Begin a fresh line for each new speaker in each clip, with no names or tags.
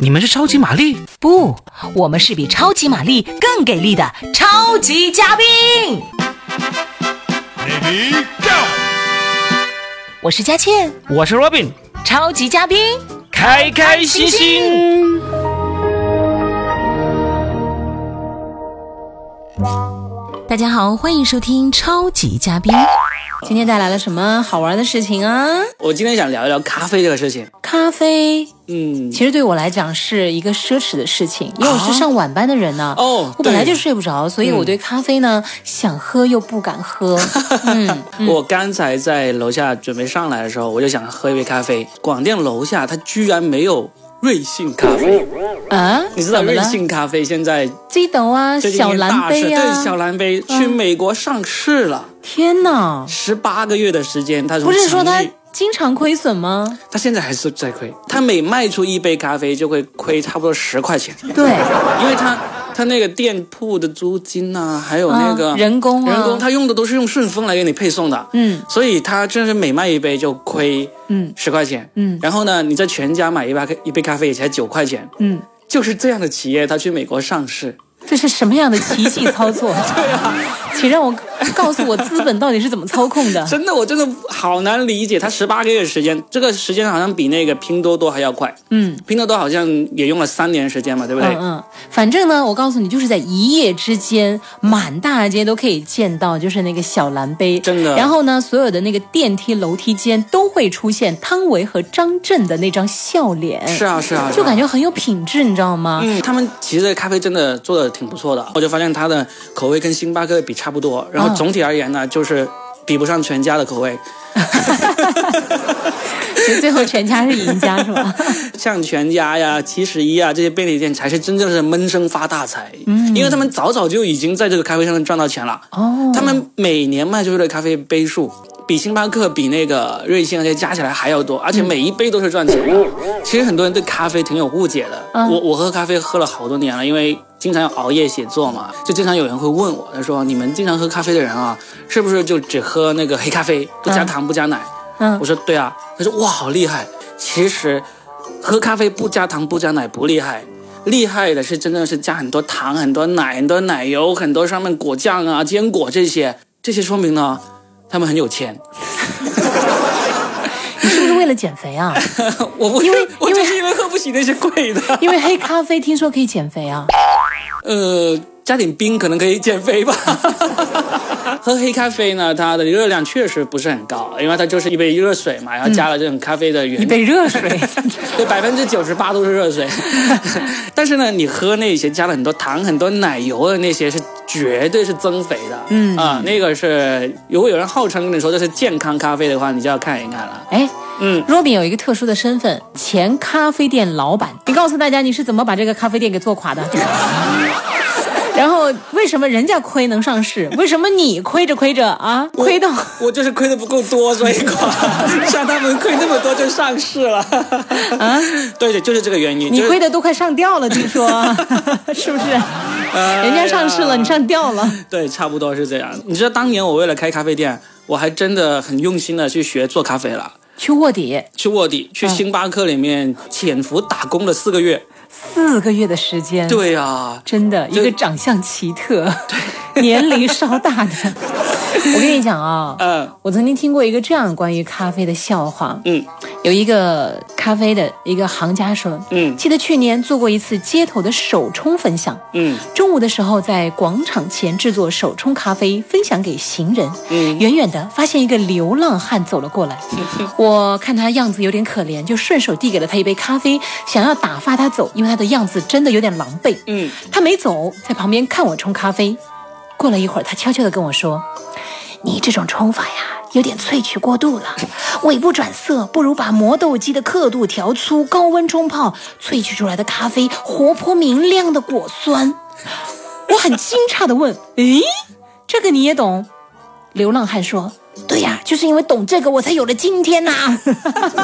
你们是超级玛丽？
不，我们是比超级玛丽更给力的超级嘉宾。
Ready go！
我是佳倩，
我是 Robin，
超级嘉宾。
开开心心。
大家好，欢迎收听超级嘉宾。
今天带来了什么好玩的事情啊？
我今天想聊一聊咖啡这个事情。
咖啡
嗯，
其实对我来讲是一个奢侈的事
啊
情，因为我是上晚班的人呢。
哦
我本来
对
就睡不着，所以我对咖啡呢、想喝又不敢 喝。嗯，
我刚才在楼下准备上来的时候，我就想喝一杯咖啡。广电楼下它居然没有瑞幸咖啡，
啊，
你知道
怎么
瑞
了
幸咖啡现在
鸡斗啊，
最近
小蓝
大事，
杯啊，
对小蓝杯去美国上市了，
天哪！
十八个月的时间，它从
不是说
成
他
立
经常亏损吗？
它现在还是在亏，它每卖出一杯咖啡就会亏差不多十块钱，
对，
因为它。它那个店铺的租金呐、还有那个、
啊人工啊
人工，它用的都是用顺丰来给你配送的。
嗯
所以他真是每卖一杯就亏
嗯
十块钱，
嗯
然后呢，你在全家买一杯咖一杯咖啡也才九块钱，
嗯，
就是这样的企业，他去美国上市，
这是什么样的奇迹操作？ 对啊，请让我告诉我资本到底是怎么操控的。
真的我真的好难理解，他十八个月时间，这个时间好像比那个拼多多还要快，
嗯，
拼多多好像也用了三年时间嘛，对不对？
嗯嗯，反正呢，我告诉你，就是在一夜之间，满大街都可以见到，就是那个小蓝杯，
真的
然后呢，所有的那个电梯、楼梯间都会出现汤唯和张震的那张笑脸，
是啊是啊，
就感
觉。
觉很有品质，你知道 吗？
嗯，他们其实这个咖啡真的做的挺不错的，我就发现它的口味跟星巴克比差不多，然后
嗯
总体而言呢，就是比不上全家的 口味，
所以最后全家是赢家，是吧？
像全家呀、七十一啊这些便利店才是真正是闷声发大财，嗯，因为他们早早就已经在这个咖啡上面赚到钱了，
哦，
他们每年卖出去的咖啡杯数。比星巴克、比那个瑞幸那些加起来还要
嗯
多，而且每一杯都是赚钱的。其实很多人对咖啡挺有误解的。
嗯
我我喝咖啡喝了好多年了，因为经常要熬夜写作嘛，就经常有人会问我，他说：“你们经常喝咖啡的人啊，是不是就只喝那个黑咖啡，不加
嗯
糖不加奶？”
嗯
我说对啊，他说哇好厉害。其实喝咖啡不加糖不加奶不厉害，厉害的是真正是加很多糖、很多奶、很多奶油、很多上面果酱啊、坚果这些，这些说明呢。他们很有钱，
你是不是为了减肥啊？
我不是
因为
我
因为
就是因为喝不起那些贵的，
因为黑咖啡听说可以减肥啊。
呃，加点冰可能可以减肥吧。 喝黑咖啡呢，它的热量确实不是很高，因为它就是一杯热水嘛，然后加了这种咖啡的 原
一杯热水，
对，百分之九十八都是热 水。但是呢，你喝那些加了很多糖、很多奶油的那些是绝对是增肥的。
嗯
啊、那个是如果有人号称跟你说这是健康咖啡的话，你就要看一看了。
哎，
嗯，
Robin 有一个特殊的身份，前咖啡店老板。你告诉大家你是怎么把这个咖啡店给做垮的？ 然后为什么人家亏能上市？为什么你亏着亏着啊，亏到
我就是亏的不够多，所以 垮。像他们亏那么多就上市了。啊，对对，就是这个原因。
你
就是
亏的都快上吊了？听 说是不是？
哎呀
人家上市了，你上吊了。
对，差不多是这样。你知道当年我为了开咖啡店，我还真的很用心的去学做咖啡了，
去卧底
去卧底，去星巴克里面潜伏打工了四个月。
四个月的时间，，
对啊呀、
真的一
这
个长相奇特、 年龄稍大的。 我跟你讲啊、
嗯
我曾经听过一个这样关于咖啡的笑话，
嗯
有一个咖啡的一个行家说，
嗯
记得去年做过一次街头的手冲分享。
嗯，
中午的时候，在广场前制作手冲咖啡，分享给行人。
嗯
远远的发现一个流浪汉走了过 来，我看他样子有点可怜，就顺手递给了他一杯咖啡，想要打发他走，因为他的样子真的有点狼狈。
嗯，
他没走，在旁边看我冲咖啡。过了一会儿，他悄悄地跟我说：“你这种冲法呀，有点萃取过度了， 尾部转色，不如把磨豆机的刻度调粗，高温冲泡，萃取出来的咖啡活泼明亮的果酸。”我很惊诧地问：“诶，这个你也懂？”流浪汉说：“对呀，就是因为懂这个，我才有了今天呐、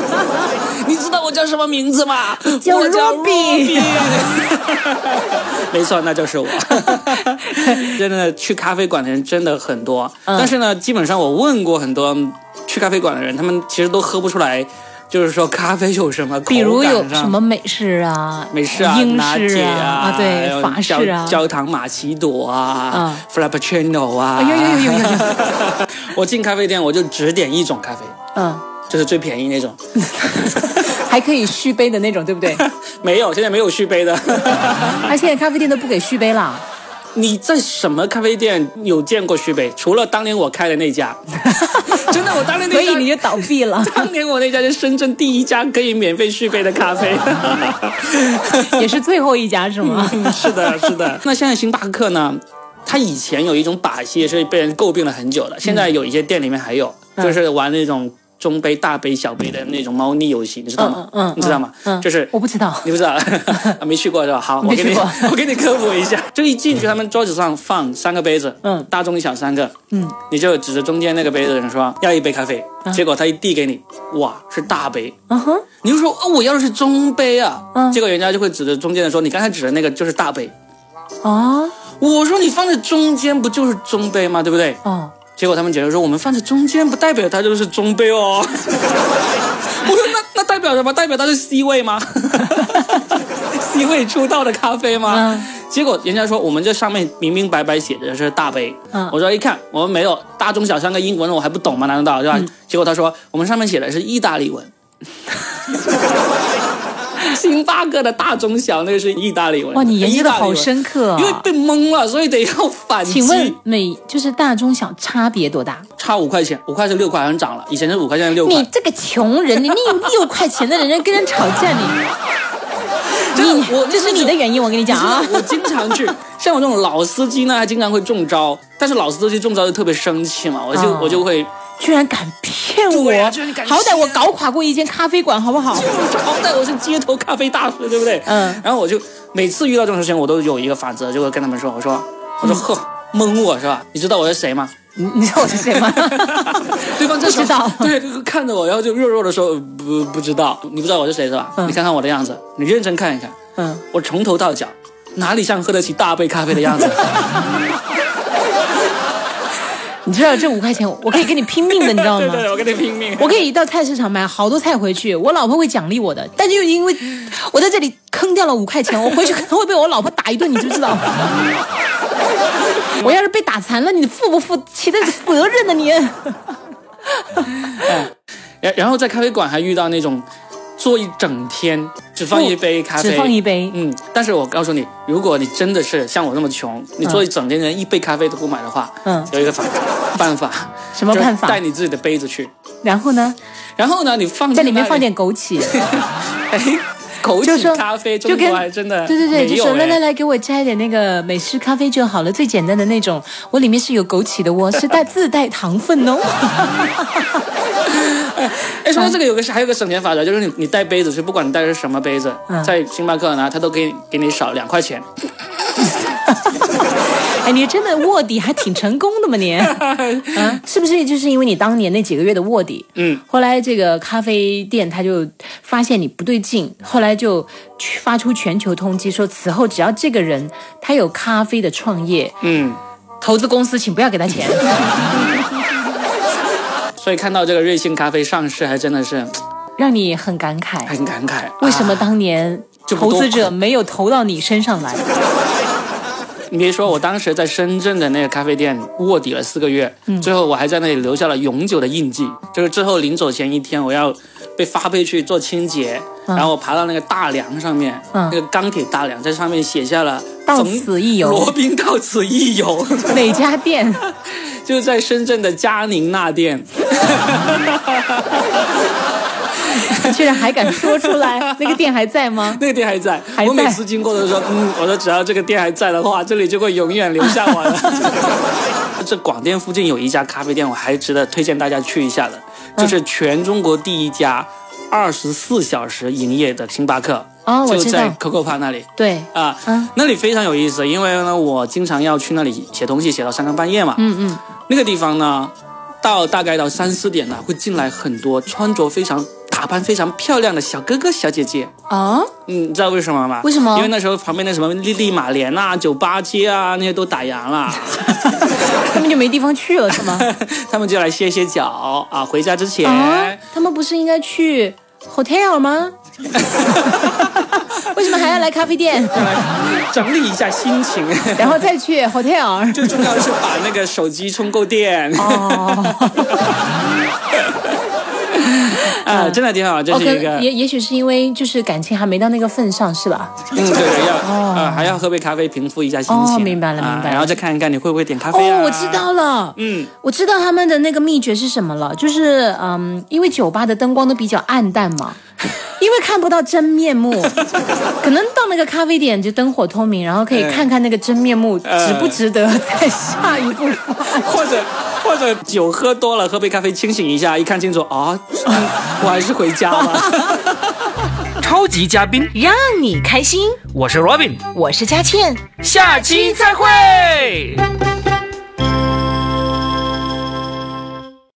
你知道我叫什么名字吗？
叫
我叫
Robby
没错，那就是我。 真的，去咖啡馆的人真的很
嗯
多，但是呢，基本上我问过很多去咖啡馆的人，他们其实都喝不出来就是说咖啡有什么口感
比如有
上
什么美式啊、
美式啊、
英
拿
式
铁
啊、对，法式啊，
焦焦糖玛奇朵啊
嗯、
frappuccino 啊。
哎呦呦呦呦呦呦！
我进咖啡店我就只点一种咖啡，
嗯，
就是最便宜那种。
还可以续杯的那种，对不对？
没有，现在没有续杯的。
而且咖啡店都不给续杯了。
你在什么咖啡店有见过续杯？除了当年我开的那 家， 真的，我当年那
所
家，
以你就倒闭了，
当年我那家是深圳第一家可以免费续杯的咖啡。
也是最后一家是吗？
是的，是的。那现在星巴克呢？它以前有一种把戏是被人诟病了很久
嗯
的，现在有一些店里面还有，就是玩那种中杯、大杯、小杯的那种猫腻游戏，你知道吗？
嗯嗯嗯
你知道吗？
嗯
就是
我不知道
你不知道， 啊没去过是吧？好，我
没
给
去
你
过，
我给你科普 一下，就一进去，他们桌子上放三个杯子，
嗯
大中小三个，
嗯，
你就指着中间那个杯子的人说要一杯咖啡，结果他一递给你，哇，是大杯，
嗯哼，
你就说哦，我要的是中杯啊，
嗯
结果人家就会指着中间的说，你刚才指的那个就是大杯。
啊
我说你放在中间不就是中杯吗？对不对？
哦，
结果他们解释说我们放在中间不代表它就是中杯 哦。我说那那代表什么？代表它是 C 位吗？C 位出道的咖啡吗？
嗯
结果人家说我们这上面明明白白写的是大杯。
嗯
我说一看我们没有大中小三个英文我还不懂吗？难道是
嗯
吧？结果他说我们上面写的是意 大利文。星巴克的大中小那个是意大利文。
哇，你研究的
意大利
好
文
深刻、
因为
啊。
被蒙了，所以得要反击。
请问每就是大中小差别多大？
差五块钱，五块是六块，好像涨了，以前是五块，现在六块
你。这个穷人，你你有六块钱的人，人跟人吵架， 你
就是
你
我
这是你的原因，我跟你讲啊
你知。道我经常去，像我这种老司机呢，还经常会中招，但是老司机中招就特别生气嘛，我就、
啊
我就会，
居然敢骗我！
对啊居然敢
好歹我
骗
搞垮过一间咖啡馆，好不好？
好歹我是街头咖啡大师，对不对？
嗯
然后我就每次遇到这种事情，我都有一个法则，就会跟他们说，我说我
嗯
说呵，蒙我是吧？你知道我是 谁吗？？
你你知道我是谁吗
对方
不
这时候
知道。
对，就看着我，然后就弱弱的说呃不不知道，你不知道我是谁是吧？
嗯
你看看我的样子，你认真看一看，
嗯，
我从头到脚哪里像喝得起大杯咖啡 的样子？
你知道这五块钱，我可以跟你拼命的，你知道吗？
对对，我跟你拼命。
我可以到菜市场买好多菜回去，我老婆会奖励我的。但就因 为我在这里坑掉了五块钱，我回去可能会被我老婆打一顿，你就知道。 我要是被打残了，你负不负起的责任呢？你
然然后在咖啡馆还遇到那种坐一整天只放一杯咖啡，
只放一杯，
嗯，但是我告诉你，如果你真的是像我那么穷，你坐一整天连一杯咖啡都不买的话，
嗯
有一个法办法，
什么
就是
办法
带你自己的杯子去，
然后呢，
然后呢，你放
在里面
那
放点枸杞，
哎，枸
就
杞
说
咖啡，
就
中
跟
国还真的
对对对，
没
就
有
说来
哎
来来，给我加一点那个美式咖啡就好了，最简单的那种。我里面是有枸杞的哦，是带自带糖分哦。
哎，说到这个，有个还有个省钱法则，就是你你带杯子去，不管你带的是什么杯子，
嗯
在星巴克呢，他都给你给你少两块钱。
哎，你真的卧底还挺成功的嘛 你？啊，是不是就是因为你当年那几个月的卧底？
嗯，
后来这个咖啡店他就发现你不对劲，后来就去发出全球通缉，说此后只要这个人他有咖啡的创业
嗯，
投资公司，请不要给他钱。
所以看到这个瑞幸咖啡上市，还真的是
让你很感慨，
很感慨。
为什么
啊
当年
就哎不
投
多
资者没有投到你身上来？
你别说，我当时在深圳的那个咖啡店卧底了四个月，
嗯
最后我还在那里留下了永久的印记。就是最后临走前一天，我要被发配去做清洁，然后我爬到那个大梁上面，
嗯
那个钢铁大梁，在上面写下了“
到此一游
罗宾到此一游。
哪家店？
就在深圳的嘉宁那店，
你居然还敢说出来？那个店还在吗？
那个店还在。
还在
我每次经过的时候，嗯，我说只要这个店还在的话，这里就会永远留下 我了。这广电附近有一家咖啡店，我还值得推荐大家去一下的，
嗯
就是全中国第一家二十四小时营业的星巴克，
哦我
就
知
在
道
Coco Park 那里。
对，
啊，
嗯
那里非常有意思，因为呢，我经常要去那里写东西，写到三更半夜嘛。嗯嗯，那个地方呢，到大概到三四点呢，会进来很多穿着非常、打扮非常漂亮的小哥哥、小姐姐。
啊、
嗯，你知道为什么吗？
为什么
因为那时候旁边的什么丽丽玛莲啊、酒吧街啊那些都打烊了，
他们就没地方去了是吗？
他们就来歇歇脚啊。回家之前，
哦 啊，他们不是应该去 hotel 吗？为什么还要来咖啡 店？
整理一下心情。
然后再去 hotel？
最重要的是把那个手机充够电。
哦
啊，真的挺好，这
哦，
是
可
一个，
也也许是因为就是感情还没到那个份上，是吧？
嗯，对，要啊，还要喝杯咖啡平复一下心情。
哦明白了
啊
明白了
然后再看一看你会不会点咖啡啊？
哦，我知道了，
嗯，
我知道他们的那个秘诀是什么了，就是嗯，因为酒吧的灯光都比较暗淡嘛， 因为看不到真面目，可能到那个咖啡点就灯火通明，然后可以
嗯
看看那个真面目
呃
值不值得再下一步跨
或者或者酒喝多了，喝杯咖啡清醒一下，一看清楚啊、嗯我还是 回家吧。
超级嘉宾，
让你开心。
我是 Robin，
我是佳倩。
下期再会。